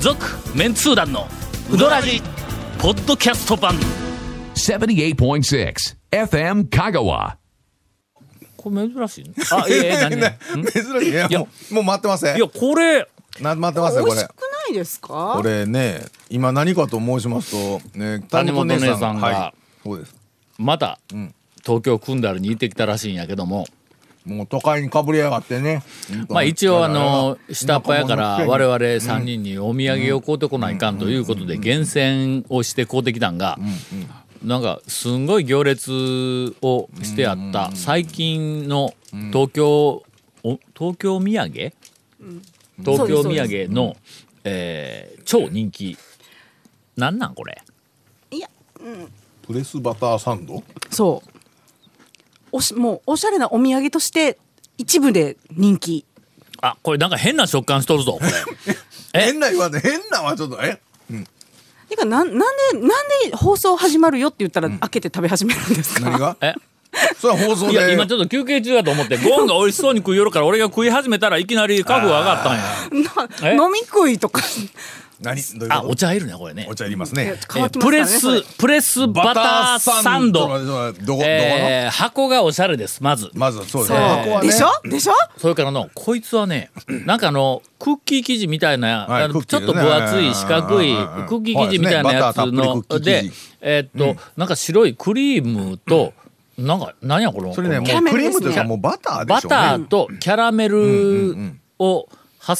続メンツー団のウドラジポッドキャスト版78.6 FM Kagawa. これ珍しいねあいやい や何い珍 しいねやもうもう待ってませんやこれな待ってますよ美こ味しれくないですかこれね今何かと申しますとね谷本姉さんがはいそうですまた、東京クンダルに行ってきたらしいんやけどももう都会にかぶりやがってねまあ一応あの下っ端やから我々々3人にお土産を買うてこないかんということで厳選をして買うてきたんがなんかすんごい行列をしてあった最近の東京お東京土産東京土産のえー超人気なんなんこれいやプレスバターサンドそうおしもうおしゃれなお土産として一部で人気あこれなんか変な食感しとるぞ これえ変な言わんで変なはちょっとえてかなんなんでなんで放送始まるよって言ったら、開けて食べ始めるんです何かがえそれは放送いや今でちょっと休憩中だと思ってゴーンが美味しそうに食いよるから俺が食い始めたらいきなりカフ上がったんやえ飲み食いとか何どういうあこお茶いるねこれねとお茶いりますいやね乾えーきますプからレねそれスプレスバターサンドバターサンドどこどこのえー箱がおしゃれですまずまずはそうですそう、ね箱はねでしょでしょそれからのこいつはねなんかあのクッキー生地みたいな、はいあのクッキちょーっねと分厚い四角いうんうんうんクッキー生地みたいなやつそのう、ですねバターたっぷりクッキーで生地えーっと、なんか白いクリームと、なんかなんやこのそれねこのもうクリームというキャラメルですかねもうバターでバしょうねターとキャラメルを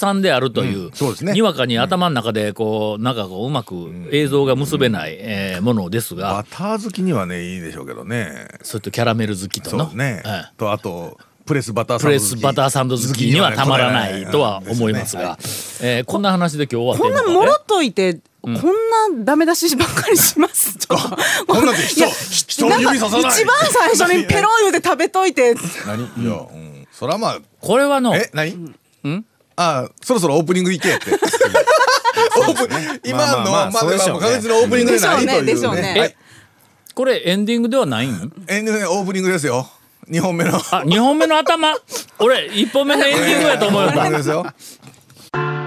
挟んであるという,、うんそうですねにわかに頭の中でこうなんかこううまく映像が結べない、えーものですバがター好きにはねいいでしょうけどねそういったキャラメル好きとそうでの、すねええとあとプレスバターサプンドレ好きスバターサンド好きにはたまらないとは思いますはが、えーこんな話で今日終わこっんてなるもろっといて、こんなダメ出しばっかりします。ちょっと。こんなんで人や人を指ささないんか一番最初にペロン言うて食べといて。何いや、うん、そらまあこれはのえ何んあそろそろオープニング行け ってオープニング今まあまのあまあはまそうだでしょうね確実にオープニングでないというでしょうねでしょうねはいこれエンディングではないんエンディングでオープニングですよ二本目のあ2本目の頭俺1本目のエンディングやと思うよオープニングったですよ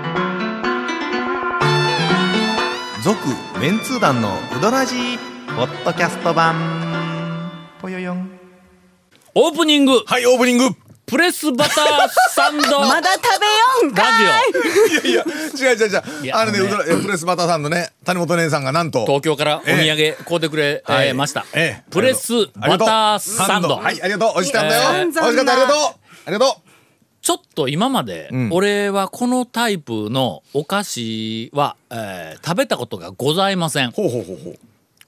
続メンツー団のウドラジーポッドキャスト版ぽよよんオープニングはいオープニングいプレスバターサンドまだ食べよんラかい。ジオやいや違う違う違いうやあのねあのウねドラえプレスバターさんのね谷本姉さんがなんと東京からお土え産買うてくれ、えはいーました、ええプレスバターサンドはいありがとう美味しかったよえ美ー味しかったありがとうありがとうちょっと今まで、俺はこのタイプのお菓子は、えー食べたことがございませんこほうほうほうほ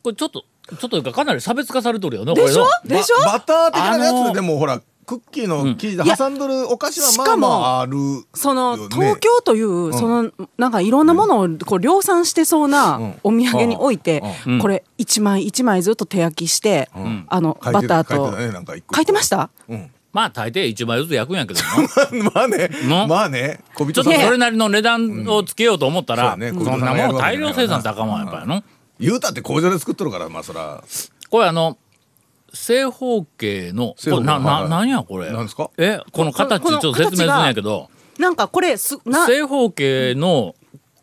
うれちょっとちょっとというかかなり差別化されとるよねでしょこれのでしょババター的なあやのつでもほらクッキーの生地でいや挟んどるお菓子はしまあかもまああるそのよね東京という、そのなんかいろんなものをこう量産してそうなお土産において、これ一枚一枚ずっと手焼きして、あの書いてバるター書いてとたねなんか一個書いてましたまあ大抵一枚ずつ焼くんや けどなまあねのまあね小ちょ人っさとんそれなりの値段をつけようと思ったら、うんそうやねそんなこういもうのんがや大るわ量けだからな生産高もんやっぱりの、言うたって工場で作っとるからまあそらこれあの正方形の正方これ形なはいなはいなんやこれなんですかえこの形ちこょのっと説明するんやけどなんかこれすな正方形の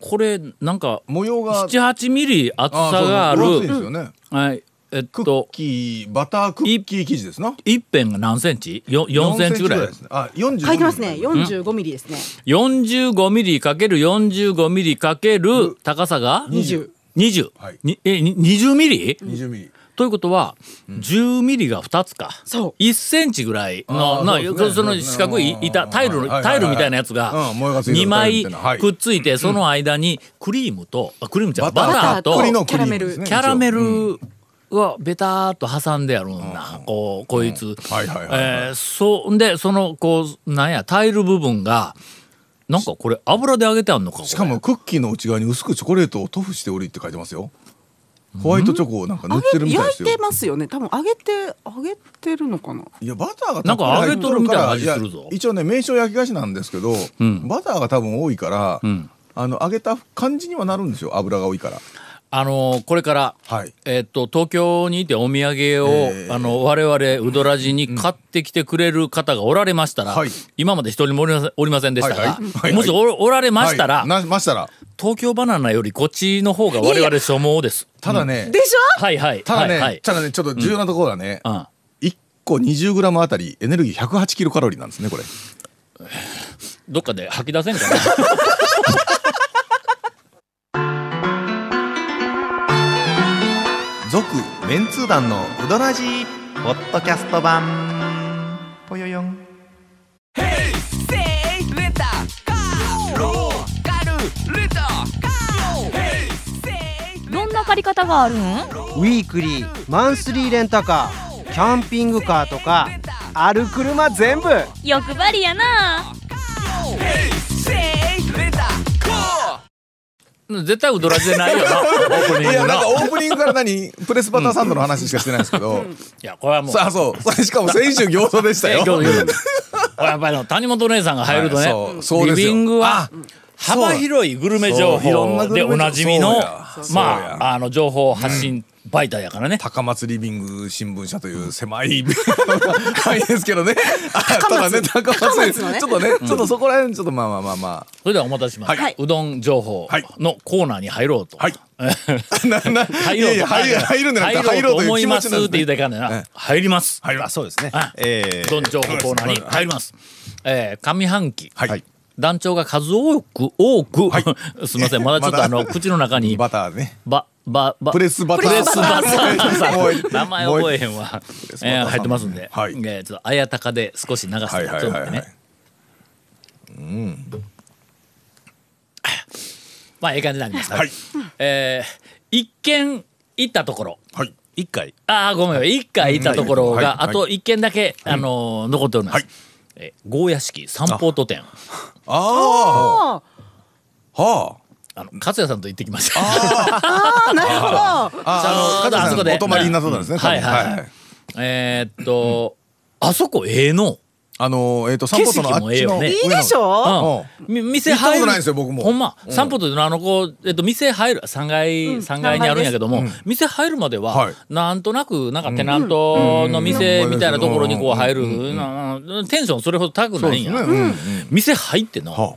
これなんか模様が78ミリ厚あさがあるそうそう分厚いですよねはいえっクッとキーバタークッキー生地ですな一辺が何センチよ4センチぐらいですねあ四十書いてますね45ミリですね、 45ミリかける45ミリかける高さが20 20はいにえに20ミリ二十ミリということは10ミリが2つかそう1センチぐらいのあーなそうですねその四角いうん板タイルはいのはいはいタイルみたいなやつがうん模様がついて2る枚はいくっついてその間にクリームとあクリームじゃないババタターーとと栗のキャラメクリルームですねキャラメルがベターっと挟んであるんだ、こうこいつ、はいはいはいはいえーそんでそのこうなんやタイル部分がなんかこれ油で揚げてあんのかこれしかもクッキーの内側に薄くチョコレートを塗布しておりって書いてますよホワイトチョコをなんか塗って揚るげみたいです焼いよてますよね多分揚げて揚げてるのかないやバターがなんかたっぷり入っ揚るからげとるみたいな味するぞいや一応ね名称焼き菓子なんですけど、バターが多分多いから、あの揚げた感じにはなるんですよ油が多いからあのーこれから、はいえーっと東京にいてお土産を、あの我々ウドラジに買ってきてくれる方がおられましたら、はい今まで一人もおりませんおりませんでしたが、はいはいはいもしおおられましたら、はいなましたら東京バナナよりこっちの方が我々所望です。ただね、でしょはいはい。ただね、はいはい。ただね、ちょっと重要なところはね、うん1個 20g あたりエネルギー108キロカロリーなんですね、これ。どっかで吐き出せんかな。続メンツー団のウドラジポッドキャスト版ぽよよんどんな借り方があるんウィークリーマンスリーレンタカーキャンピングカーとかある車全部欲張りやな絶対ウドラジでないよ な。オープニングいな。いや、なんかオープニングから何プレスバターサンドの話しかしてないんですけど、や、これはもう。さあ、そう、それしかも先週餃子でしたよ。えー今日言うこれやっぱりあの谷本姉さんが入るとね、はいそうそうですよリビングはあ幅広いグルメ情そういろんな報グでルメ情報おなじみのそうやまそうやああの情報発信媒体やからね、高松リビング新聞社という狭い 範囲ですけどね。あただね、高松のねちょっとね、ちょっとそこら辺、ちょっとまあまあま あまそれではお待たせしました、はいうどん情報のコーナーに 入ろうと、はいなな入いやろういとや入る入るんじゃなくて入ろうと入思ろうというい気ま持すちっなんですねて言うたらいかんねんな、ええ入りますあ。そうですねあえうどん情報コーナーに入ります、えー上半期、はい。団長が数多く多く、 すみませんまだちょっとあのまだ口の中にバターね。ばばばプレスバター。プレスバターさんもう一 名前覚えへんわレスバターさんえー入ってますんで、はいえーちょっと綾鷹で少し流してはいはいちょっと待っはいはていね。まあええ感じになりますはい。えー一見行ったところはい。一回。ああごめん一回行ったところはいはいがあと一軒だけあのー残っておりますはいえーゴー屋敷三宝都店あああ。はあの勝也さんと行ってきましたあなるほどあ。あ ちょうあ、ど加あ藤そさこんでお泊まりになそうなんですね。うん多分はいはいはい。えーっと、あそこええの。あのー、えっと、散歩とのあっ景ち色もの。ええよねいいでしょうん、み店入る行ったことないんですよ僕もほんま散歩というのはあのこう、えっと、店入る3階、3階にあるんやけども、店入るまでは、はいなんとなくなんかテナントの店みたいなところにこう入る、うんなテンションそれほど高くないんや、そうですねうんうん店入っての、は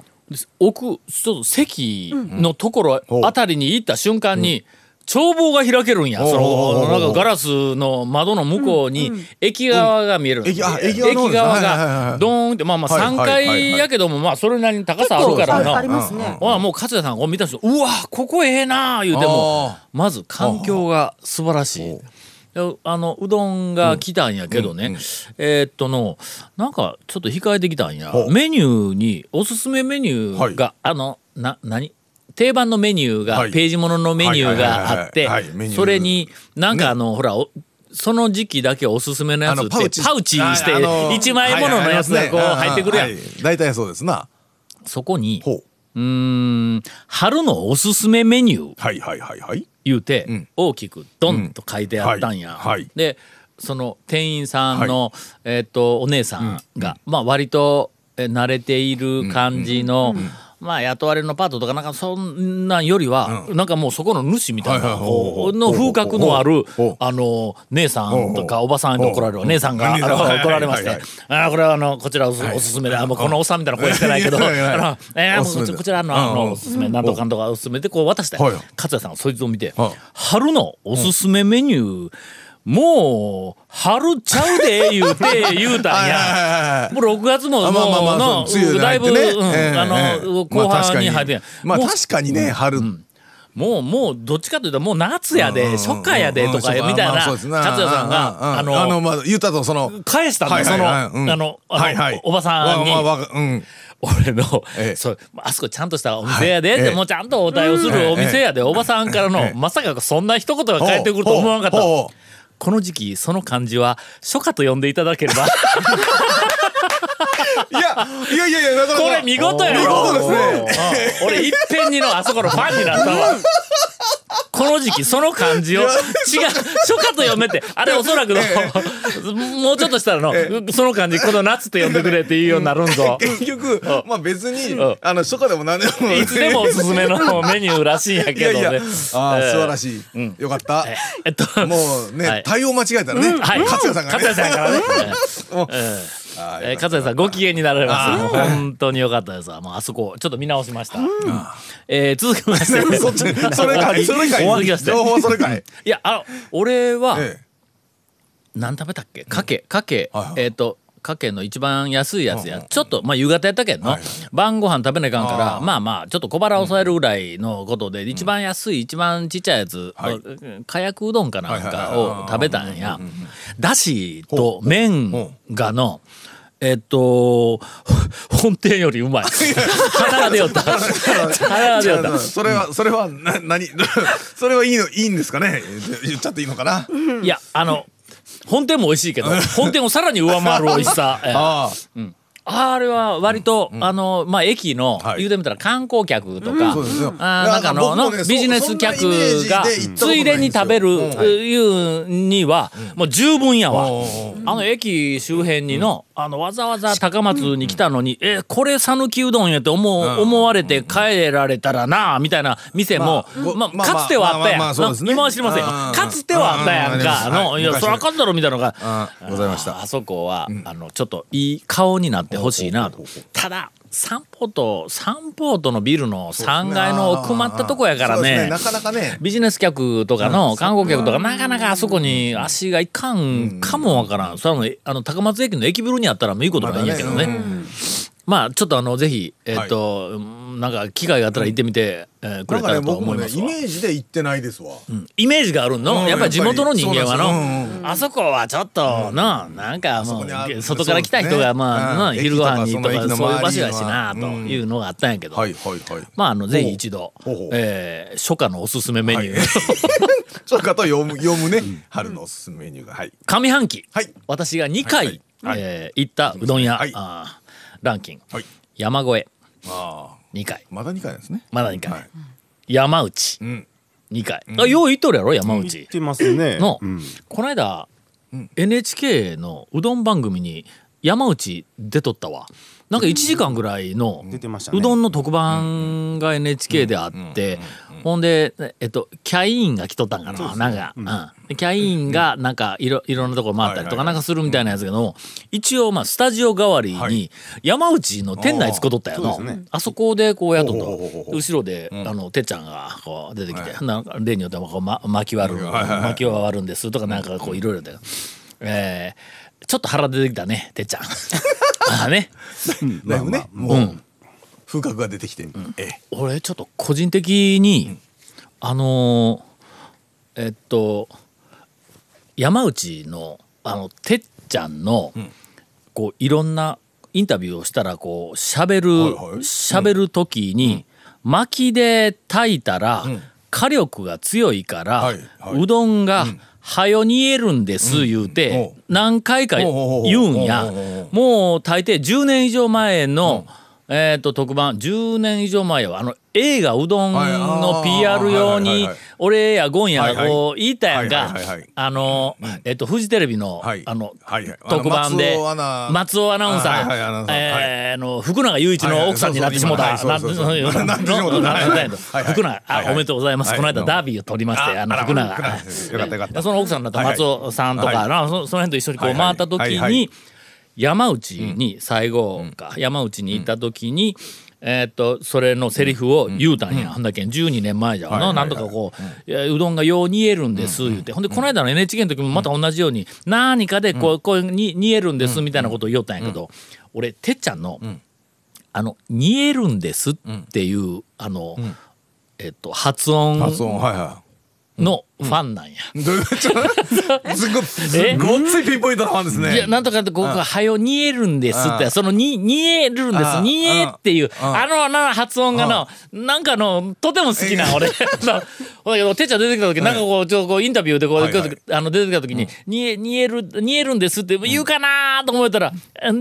奥ちょっと席のところうんあたりに行った瞬間に、眺望が開けるんや。おうそおうおの、うおなうんかガラスの窓の向こうに、駅側が見えるんですよ。うん駅あ駅側の方ですね側はいはいはいはが、いドーンって、まあまあはい3はいはい階はいやけども、まあそれなりに高さある結か構らあありな。ますねほら、もう勝谷さんがこう見た人、うわ、ここええなあ言うてもあ、まず環境が素晴らしい。であの、うどんが来たんやけどね、えーっとの、なんかちょっと控えてきたんやほ。うメニューに、おすすめメニューが、あの、な、何定番のメニューが、はいページもののメニューがあってはいはいはいはいはいメニューそれになんかあの、ほらおその時期だけおすすめのやつっあてのパパウウチチしてああのー1枚もののやつがこう入ってくるやん、はいはいはい大体そうですな。そこにほう。うーん春のおすすめメニューはいはいはいはい。言うて、ん大きくドンと書いてあったんや、うんはいはいでその店員さんの、えーっとお姉さんが、まあ割とえ慣れている感じの、まあ雇われのパートとかなんかそんなんよりは、なんかもうそこの主みたいはいな、はいほうほうの風格のあるほうほうあの姉さんとかほうほうおばさんに怒られるほうほうお姉さんがあ姉さんのはいはいはい怒られましてはいはい「あーこれはあのこちらおすおすすめであもうこのおっさんみたいな声してないけどあはいはいのえーおすすめでこちらのあうんうのんおすすめなんとかなんとかおすすめでこう渡してはい勝谷さんがそいつを見てはい春のおすすめメニュー、もう、春ちゃう で、言うて、言うたんや。やもう6月も、もあう、まあまあまあのそう梅雨にだい入っぶ、てねうんええあの、ええ後半にま入あってんや確かにまあもう確かにね、春。もう、もう、どっちかというと、もう夏やうんうで、ん初夏やで、とか、うんうんみたいな、まあそう勝です谷なさんが、あうんうんあの、の、まあ、言ったと、その、返したはの、いそはいの、はいあうんの、はあいはのいおばさんにわ。わわうん俺の、ええそうあそこちゃんとしたお店やで、ええもうちゃんとお対応するお店やで、おばさんからの、ええまさかそんな一言が返ってくると思わなかったほうほうほうこの時期その漢字は初夏と呼んでいただけれ ばいや、いやいやいや、だから。これ見事やろ見事ですね。うん俺いっぺんにのあそこのファンになったわこの時期その漢字を違う初夏と読めってあれおそらくの、もうちょっとしたらの、その漢字この夏と呼んでくれって言うようになるんぞ結局、まあ別にうん、あの、初夏でも何でも。いつでもおすすめのメニューらしいんやけいどやねいや、あー素晴らいしい。よかった。 えっともうはねい、対応間違えたらね、はい。勝也さんが勝也ね。さんからね。もうええあーえよー、か勝った谷さんご機嫌になられますもう本当によかったですわもうあそこちょっと見直しました、えー、続きまして そっちそれかいそれか終わりいまして情報はそれかいいやあの俺は、ええ何食べたっけかけかけ、はいはいえっ、とかけの一番安いやつや、ちょっとまあ夕方やったけんの、はいはい晩ご飯食べなきゃいかんからあーまあまあちょっと小腹を抑えるぐらいのことで、一番安い一番ちっちゃいやつ、はいうんかやくうどんかなんはいはいかはいはいを食べたんやだしと麺がのえっと、ほ 本店よりうまい。鼻が出よった。 鼻が出よっ違うたな。それはそれはな何 それはいいのいいんですかね言っちゃっていいのかないや、あの、本店も美味しいけど、本店をさらに上回る美味しさ。ええああれは割と、あの、まあ、駅の、はい言うてみたら観光客とか、そうですよあーいやなんかあの僕もねのそビジネス客そんなイメージでが行ったことついでに食べるないんですようんいうには、もう十分やわおー。あの駅周辺にの、あの、わざわざ高松に来たのに、え、これ讃岐うどんやって思う、思われて帰られたらなあ、みたいな店も、まあまあ、まあかつてはあったやん。まあまあそうですね今は知りませんよ。うんかつてはあったやんか。あうんうんうんの、いや、昔そらあかんだろ、みたいなのが。あございましたああそこは、あのちょっといい顔になってほしいなとただサンポートサンポートのビルの3階の奥まったとこやからそうでねすなかなかねビジネス客とかの観光客とかなかなかあそこに足がいかんかもわからん、それはもうあの高松駅の駅ビルにあったらもういいことないんやけどね,、まだねまあちょっとあのぜひえっ、と、うんなんか機会があったら行ってみて、えーくなれたんからねと僕思もいねますイわ、メージで行ってないですわイメージがあるの、うんやっぱり地元の人間はの、やっぱりそうなんですようんうんあそこはちょっとな、なんかもこにあうる外から来た人がまあ、そうなですね昼ご飯にとか駅とかそのそ駅のういう場所や周しりになはというのがあったんやけど、はいはいはいまああのぜひ一度、ほうほうえー初夏のおすすめメニュー、はいそうかと読む読むね春のおすすめメニューがはい 上半期、はい私が2回、はいはいえー行ったうどん屋、はいあーランキング、はい山越あえ2回ーまだ二回なんですねまだ2回、はい山内うん2回、あよう行っとるやろ山内、言ってますね。の、うんこの間、NHK のうどん番組に山内出とったわなんか1時間ぐらいの出てましたねうどんの特番が NHK であってほんで、えっと、キャインが来とったんかななんか、うんでキャインがなんかいろいろんなとこ回ったりとかはいはいはいなんかするみたいなやつけども一応まあスタジオ代わりはにい山内の店内作っとったやあのーそうですねあそこでこう雇っほうほうほうとほう後ろであのてっちゃんがこう出てきてなんか例によってはこうま巻き割るはいはいはい巻き割るんですとかなんかこういろいろだよえーちょっと腹出てきたねてっちゃん ああねだいぶねうもうん風格が出てきてええ俺ちょっと個人的にあのーえっと山内のあのてっちゃんのこういろんなインタビューをしたらこう喋はいはいる喋る時に薪で炊いたら火力が強いかはらいはいうどんがはよ煮えるんです言うておう何回か言うんやおうおうおうおうおうもう大抵10年以上前の、えー、と特番10年以上前はあの映画うどんはいあのー PR 用はいはいにはい俺やゴンやはいはいこう言いたやんはかいはいはいはいあの、えっとフジテレビの,、はいあのはいはいあの特番で松尾アナ松尾アナウンサはいはいアナウーンサーえーあの福永雄一の奥さんになってしもうたはいはいそうそうそう今なはいそうそうそなうなってしもうなたなんだはいはい福永あはいはいおめでとうございます、はいこの間ダービーを取りましてあの福永福永ですよかったよかったその奥さんだった松尾さんとか、はいはいなそその辺と一緒にこうはいは回っいた時に、はいはい山内に最後か、山内に行った時に、えーっとそれのセリフを言うたんや、ほんだけん12年前じゃんの、はいはいはないんとかこう、いやうどんがよう煮えるんです言うて、ほんでこの間の NHK の時もまた同じように、何かでこう,、こうに煮えるんですみたいなことを言おったんやけど、俺てっちゃんの、あの煮えるんですっていう、あの、えーっと発音発音はいはのファンなんや。いどういうことすっごいすっごいついピンポイントなファンですねいや、なんとかって、ここが、はよ、煮えるんですって、あその、に、煮えるんであす、煮えっていう、ああの、な、発音がな、なんかの、とても好きな、俺。 あのほんだけど、てっちゃん出てきた時、なんかこう、ちょっとこう、インタビューでこう、はいはいこうあの、出てきた時に、煮え、煮える、煮えるんですって言うかなと思ったら、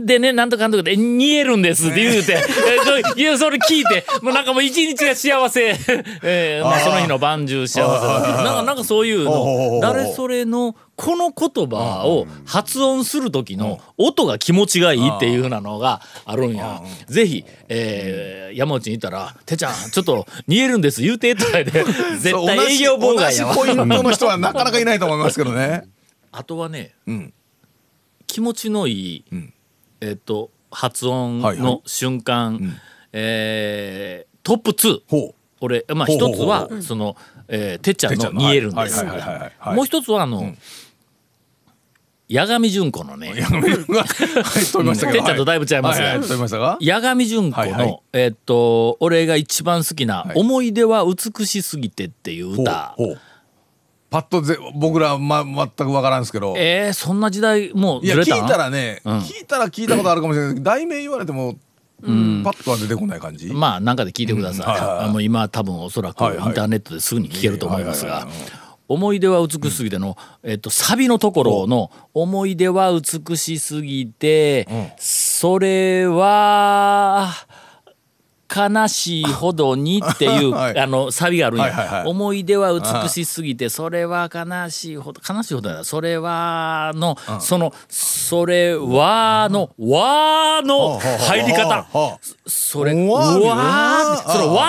でね、なんとかなんとかで、煮えるんですって言うて、え そういや、それ聞いて、もうなんかもう一日が幸せ、 えーまあ、その日の晩中幸せだなんか、なんかそういうほうほうほの、う誰それのこの言葉を発音する時の音が気持ちがいいっていうふうなのがあるんや。ぜひ、えー山内にいたら、てっちゃん、ちょっと煮えるんです、言うて、とか言って、絶対営業妨害やわ同。じ同じポイントの人はなかなかいないと思いますけどね。あとはね、ん気持ちのいい、えっと発音はいはのい瞬間、えートップ2 ほう俺まあほうほう一ほうつはその、えーてっちゃんてっちのゃんの見えるんですはいはいはいはいはいはいもう一つはあの、八神純子のねはい、飛びましたてけど。っちゃんとだいぶ違いますはねはいはい、飛びましたが。八神純子の、はいはいえっと俺が一番好きな「い思い出は美しすぎて」っていう歌ほうほうパッとぜ僕ら、ま、全く分からんですけど。えー、そんな時代もういやずれ聞たんいたらね、ん聞いたら聞いたことあるかもしれないけど題名言われても、パッとは出てこない感じ、まあなんかで聞いてください、うんはいはいはいあの今は多分おそらくイはいはいンターネットですぐに聞けると思いますはいがはいはい「思い出は美しすぎての」えっと、サビのところの「思い出は美しすぎて、それは悲しいほどに」っていう、 はいあのサビがあるんや、はいはいはい思い出は美しすぎてそれは悲しいほど悲しいほどだそれはの、その「それは」の「は」の入り方。はそれ、ううわわーーって、それ、あーわ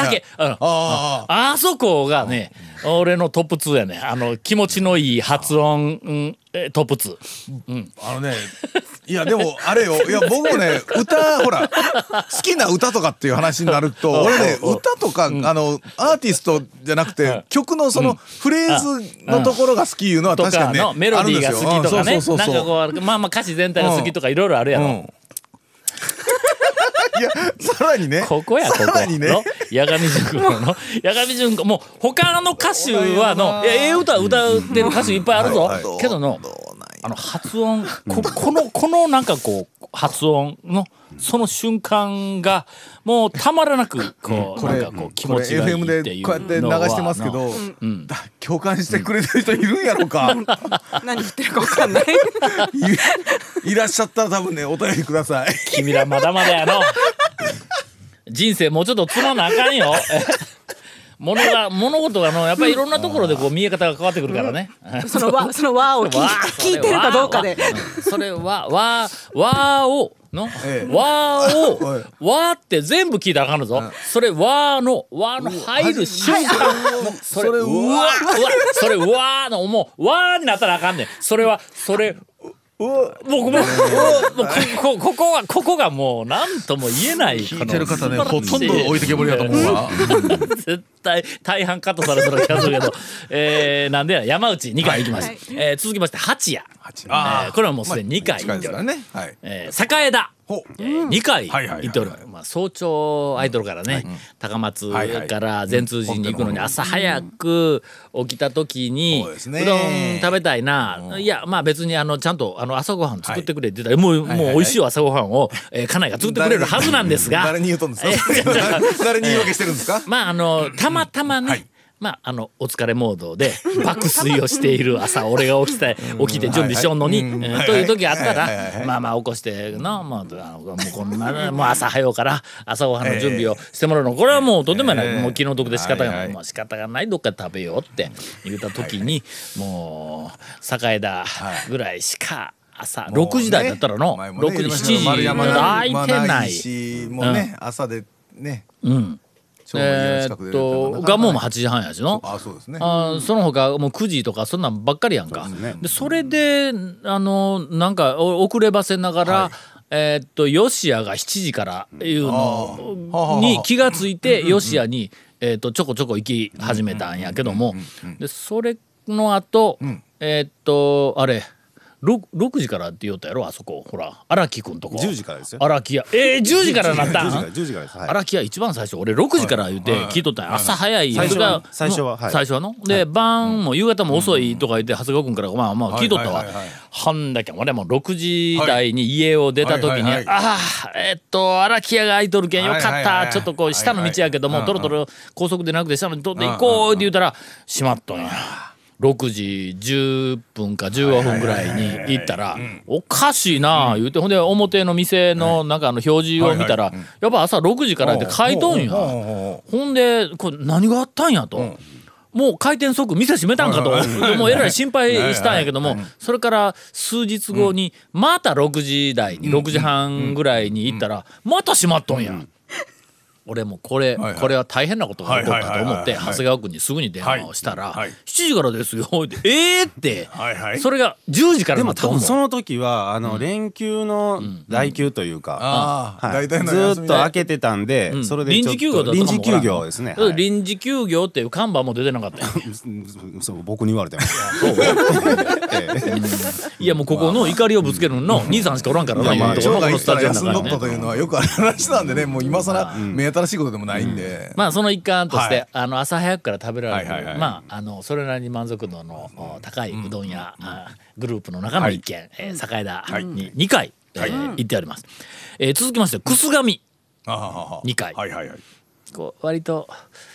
ーだけ。うんああああそこがね、俺のトップ2やね。あの、気持ちのいい発音、うんえトップ2。あのねいやでも あれよいや僕もね歌ほら好きな歌とかっていう話になる と俺ね歌とか、あのアーティストじゃなくて、曲のそのフレーズのところが好きいうのはと確かかにねのメロディーが好きとかあるんねですようんそうそうそうそう。なんかこう、まあまあ歌詞全体が好きとかいろいろあるやうろ。んいやさらにねここや、ここ。さらにねの、八神純子の、八神純子、もう他の歌手はの、いやええ歌歌ってる歌手いっぱいあるぞはいは。けどの、あの発音ここのこのなんかこう発音のその瞬間がもうたまらなくこうこなんれかこう気こ持れちがいい FM っていでうこうやって流してますけど、だ共感してくれてる人い るんやろうか何言ってるか分 かんないいいらっしゃったら多分ねお便りください君らまだまだやの人生もうちょっとつまなあかん よ物が物事がのやっぱりいろんなところでこう見え方が変わってくるからね。そのわそのわを聞いわ聞いてるかどうかでそれはわわをの、ええわはをわって全部聞いたらあかんのぞ、それわのわの入る瞬間もうそれそれうわうわそれわのもうわになったらあかんねんそれはそれ僕もうもうここここはここがもう何とも言えない聞聞いてる方ねほとんど置いてけぼりだと思うわ 絶対大半カットされそうな気がするけど、えー、なんでや山内2回いきました、えー続きまして八谷あーえーこれはもうすでに2回近行いっでてすおかる、らねはいえー栄田ほえー2回はいはいはい行っておる、まあ、早朝アイドルからね、高松から善通寺に行くのに朝早く起きた時に、そううですねどん食べたいな、いやまあ別にあのちゃんとあの朝ごはん作ってくれって言ったら、もう、いはいもう美味しい朝ごはんを、えー家内が作ってくれるはずなんですが誰に言うとんです かえー誰に言い訳してるんで すかまああのたまたまね、まああのお疲れモード で爆睡をしている朝俺が起きて起きて準備しよんのに、はいはいえうんーという時あったはいはいはいはらいまあまあ起こしてのもうあのもうこんなもう朝早うから朝ごはんの準備をしてもらうのこれはもうとんでもない、ええもう気の毒で仕方がない、はいはいもう仕方がないどっかで食べようって言った時に、もう栄田ぐらいしか朝もうね6時台だったらの、前もね6時言い7時ましたけど丸山が空いてまあない。しもうね朝でねうんちょうど家のえ近くーっでやると、なかなかがもうも8時半やしの。あそうですねあーその他もう9時とかそんなんばっかりやんか。そで、それで、あの、なんかお遅ればせながら、えーっと、ヨシアが7時からいうのに気がついて、ヨシアに、えーっと、ちょこちょこ行き始めたんやけども、で、それの後、えーっと、あれ、6, 時からって言おったやろあそこほら荒木くんとこ10時からですよ荒木屋えー、10時からなったん10時から10時からですはい荒木屋一番最初俺6時から言って聞いとったんや朝早い最初はそれが最初ははい最初はので晩も夕方も遅いとか言って長谷川君からまあまあ聞いとったわはいはいはいはいはんだけん俺も6時台に家を出た時にはいはあいはいあーえっと荒木屋が空いとるけんよはかいっはいはいたはいちょっとこう下の道やけどはもいとはいろはいとろ高速でなくて下の取って行こうって言うたら閉まっとんや。6時10分か15分ぐらいに行ったらおかしいなあ言うてほんで表の店のなんかあの表示を見たらやっぱ朝6時からって書いとんやおうおうおうおうほんでこれ何があったんやと。もう開店即店閉めたんかと、もうえらい心配したんやけども、それから数日後に、また6時台に、6時半ぐらいに行ったら、また閉まっとんや。俺もこれ、はいはいこれは大変なことが起こるかと思ってはいはいはいは長い谷川君にすぐに電話をしたら「はいはい7時からですよ」って「ええー!」って、はいはいそれが10時からでだもと多思う分その時はあの、連休の来休というか、ああ、はい、大体のずーっ休みとで開けてたんで、うんそれで臨ちょ時っと休業だった臨か時もわから休ん業ですね、うんはい臨時休業っていう看板も出てなかったよ うんそう僕に言われて も ええいやもうここの怒りをぶつけるのの兄さんしかおらんからなまあ今のとこ長ろこがの行スったタらジオの休んど中にったとねいうのはよくある話なんでね、もう今更目新しいことでもないんで。まあその一環として、あの朝早くから食べられる、はいはいはいまああのそれなりに満足度のお高いうどん屋、あグループの中の一軒、えー栄田に2回、えー行ってあります、えー続きましてくす神あははは二回はいはいはい。こう割と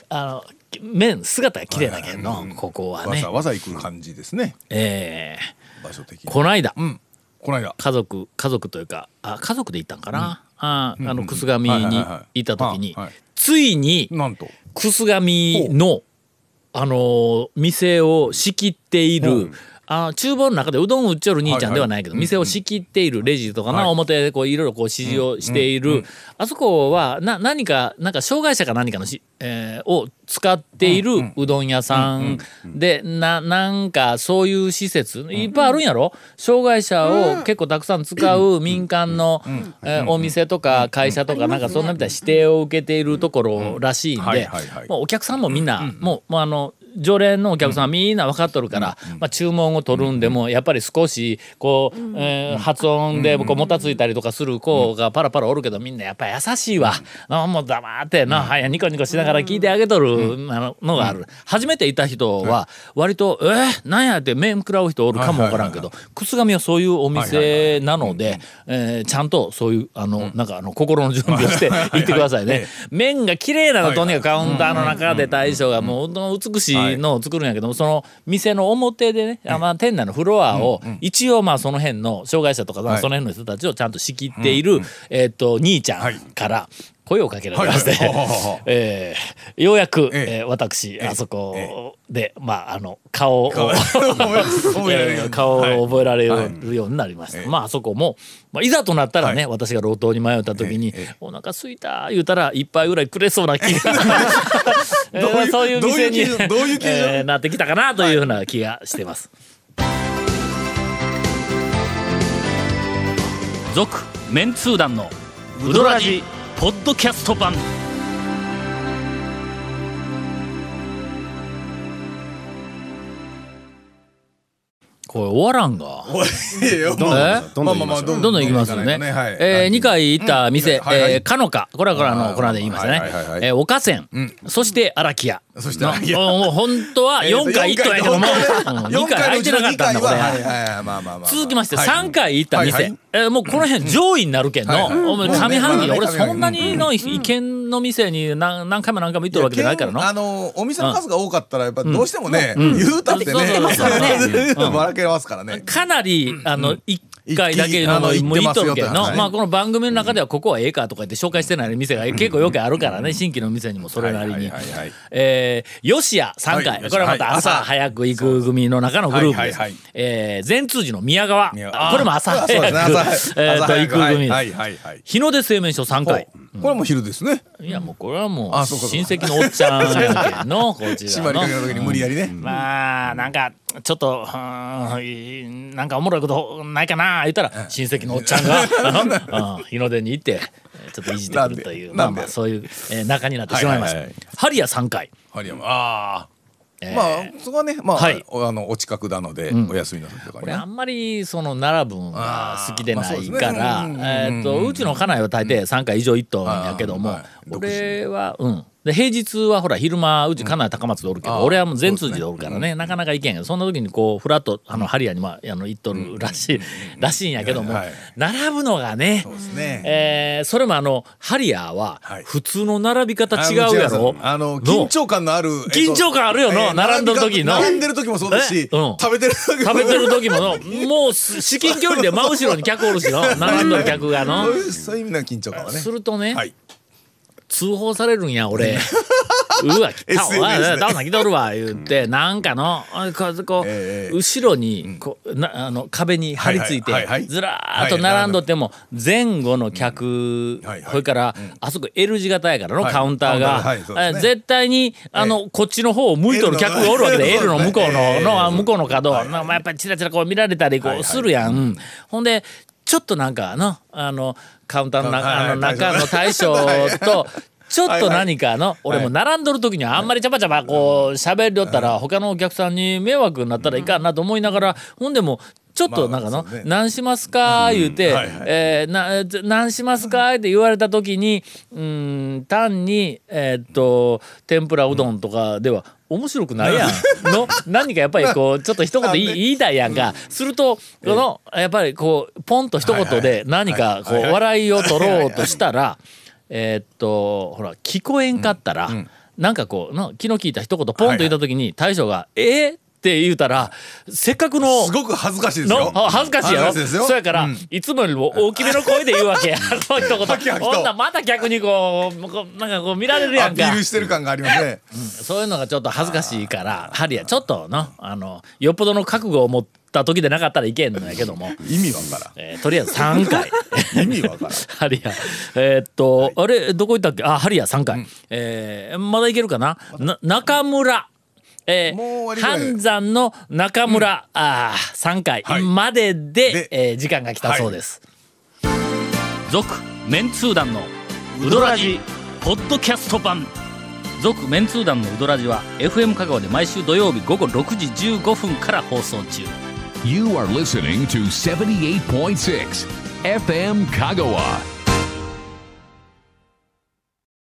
あの麺姿が綺麗だけど、ここはわねざわざ行く感じですね。え場所的ー、に。こないだうん。この間。家族家族というかあ家族で行ったんかな、あーあのくす神はいはいにはいはい行った時に、はいはいついになんと。くす神の、あのー店を仕切っている、あの厨房の中でうどん売っちゃる兄ちゃんではないけど、店を仕切っているレジとかな、表でこういろいろこう指示をしている、あそこはな何かなんか障害者か何かのし、えーを使っているうどん屋さんで、ななんかそういう施設いっぱいあるんやろ障害者を結構たくさん使う民間の、えーお店とか会社とかなんかそんなみたいな指定を受けているところらしいんはいではいはいもうお客さんもみんな、もうもうあの常連のお客さんはみんな分かっとるから、まあ、注文を取るんでもやっぱり少しこう、えー発音でこうもたついたりとかする子がパラパラおるけどみんなやっぱ優しいわ、あもう黙ってな、はやニコニコしながら聞いてあげとる、あののがある、初めていた人は割と「えー、なんや?」って面食らう人おるかも分からんけど、くすがみはそういうお店なので、えーちゃんとそういうあの、なんかあの心の準備を して行ってくださいね。麺が綺麗なのとにかくカウンターの中で大将がもううどん美しいのを作るんやけどもその店の表でね、あまあ、店内のフロアを一応まあその辺の障害者とかそのはい辺の人たちをちゃんと仕切っている、えっと兄ちゃんから声をかけられまして、 はいはいはいえーようやく、えええー私あそえこで、まああの顔を。 覚えられえるー顔を覚えられるようになりました、まああそこも、まあ、いざとなったらね、私が路頭に迷った時に、お腹空いた言うたら一杯ぐらいくれそうな気がえーどういうそういう店にどういう基準どういう基準えーなってきたかなというふうな気がしてます。続メンツー団のウドラジポッドキャスト版これ終わらんが。いやいやどんどんまあえどんどん行きますどんどん行きますよね。はいえー、2回行った店、はいはいえーかのか、これはこれはああの、ーこの間言いましたねはいはいは。いえー、岡線、そして荒木屋。そして荒木屋もうもう本当は4回行ったんやけども、2 4回回空いのうてちなのかった2ん回だ、こは、れ。はいはいはい、まあまあまあ。続きましてはい3回行った店、はいはいえーもうこの辺上位になるけんの、はいはいお前もうね上半期でまあ俺ねそんなにの意見の店に何何回も何回も行ってるわけじゃないからのいや県あのお店の数が多かったらやっぱどうしてもね、言うたってね、そうそうそうそううんばらけますからね。かなり、あの、一回だけ一気にのあのもう行言っってとまするよけど、とはいまあこの番組の中ではここはええかとか言って紹介してない店が結構よくあるからね、新規の店にもそれなりにはいはいはいはい。えー、よしや3は回。いこれはまた朝はい朝早く行く組の中のグループですはいはいはい。えー、善通寺の宮川。宮川これも朝早そうですね朝く、えーと、行く組はでいす。はいはい。日の出製麺所3回。これも昼ですね。いや、もうこれはもう、あそうかそう親か戚のおっちゃんやけん の、こち縛らりかけの。た時に無理やりね。まあなんかちょっとうーんなんかおもろいことないかな言ったら親戚のおっちゃん があのうん日の出に行ってちょっといじってくるというまなあんでまあなんでそういう、えー仲になってしまいました。はいはいハリア3回、ハリアムあえあ。ーまあそこはね、まあ、はいおあのお近くなので、お休みの時とかこにれね。あんまりその並ぶんが好きでなあーまあそういですねから、うんえーっとうちの家内は大抵3回以上行っとんやけども、あーはい俺はうんで平日はほら昼間うち家内は高松でおるけど、あー俺はもう全通寺でおるからねなかなか行けんけどそんな時にこうふらっとあのハリアに、まあ、あの行っとるらしい、らしいんやけども、はい並ぶのがねそうですね。えーそれもあのハリアーははい普通の並び方違うやろ、あの緊張感のある緊張感あるよの並んどる時の並んでる時もそうですえし、うん食べてる時も食べてる時ものもうす至近距離で真後ろに客おるしの並んどる客が のそういうそういう意味の緊張感はねするとね、はい通報されるんや俺うわ 来た SNS おいでタオさん来とる わ言ってなんかのおいこうこえう後ろにこうなあの壁に張り付いてはいはいはいはいずらーっと並んどっても前後の客はいはいそれからあそこ L 字型やからのはいカウンターカウンターはがいそうえですね絶対にあのこっちの方を向いとる客がおるわ けで L L のの向こうえのえのあ向こうの角なんかまあやっぱりちらちらこう見られたりこうするやんほんでちょっとなんかのあのカウンターのはいはい中あの中の大大将将 とちょっと何かの俺も並んどる時にはあんまりちゃばちゃばこう喋りよったら他のお客さんに迷惑になったらいかんなと思いながらほんでもちょっとなんかのまあそうね「何しますか?」言うてはいはい「えーなず何しますか?」って言われた時にうーん単にえーっと天ぷらうどんとかでは面白くないやんの何かやっぱりこうちょっと一言言い言いたいやんかするとこのやっぱりこうポンと一言で何かこう笑いを取ろうとしたらえーっとほら聞こえんかったらなんかこうの気の利いた一言ポンと言った時に大将が「えーって言うたらせっかくのすごく恥ずかしいですのよ。あ恥ずかしいやろ恥ずですよそうやから、うんいつもよりも大きめの声で言うわ けあの一はき言はきとほんならまた逆にこうこうなんかこう見られるやアんピーかルしてる感がありますね。そういうのがちょっと恥ずかしいからハリアちょっとのあのよっぽどの覚悟を持った時でなかったらいけんのやけども、 意味わかえーとりあえず3回ら ん。意味わからん。 ハリアえーっと、あれどこ行ったっけあハリア3回、えーまだいけるかなな中村えーもう終わりぐらい半山の中村、あー3回はいまでで,、でえー時間が来たそうです、続メンツー団のウドラジポッドキャスト版続メンツー団のウドラジは FM 香川で毎週土曜日午後6時15分から放送中 You are listening to 78.6 FM Kagawa.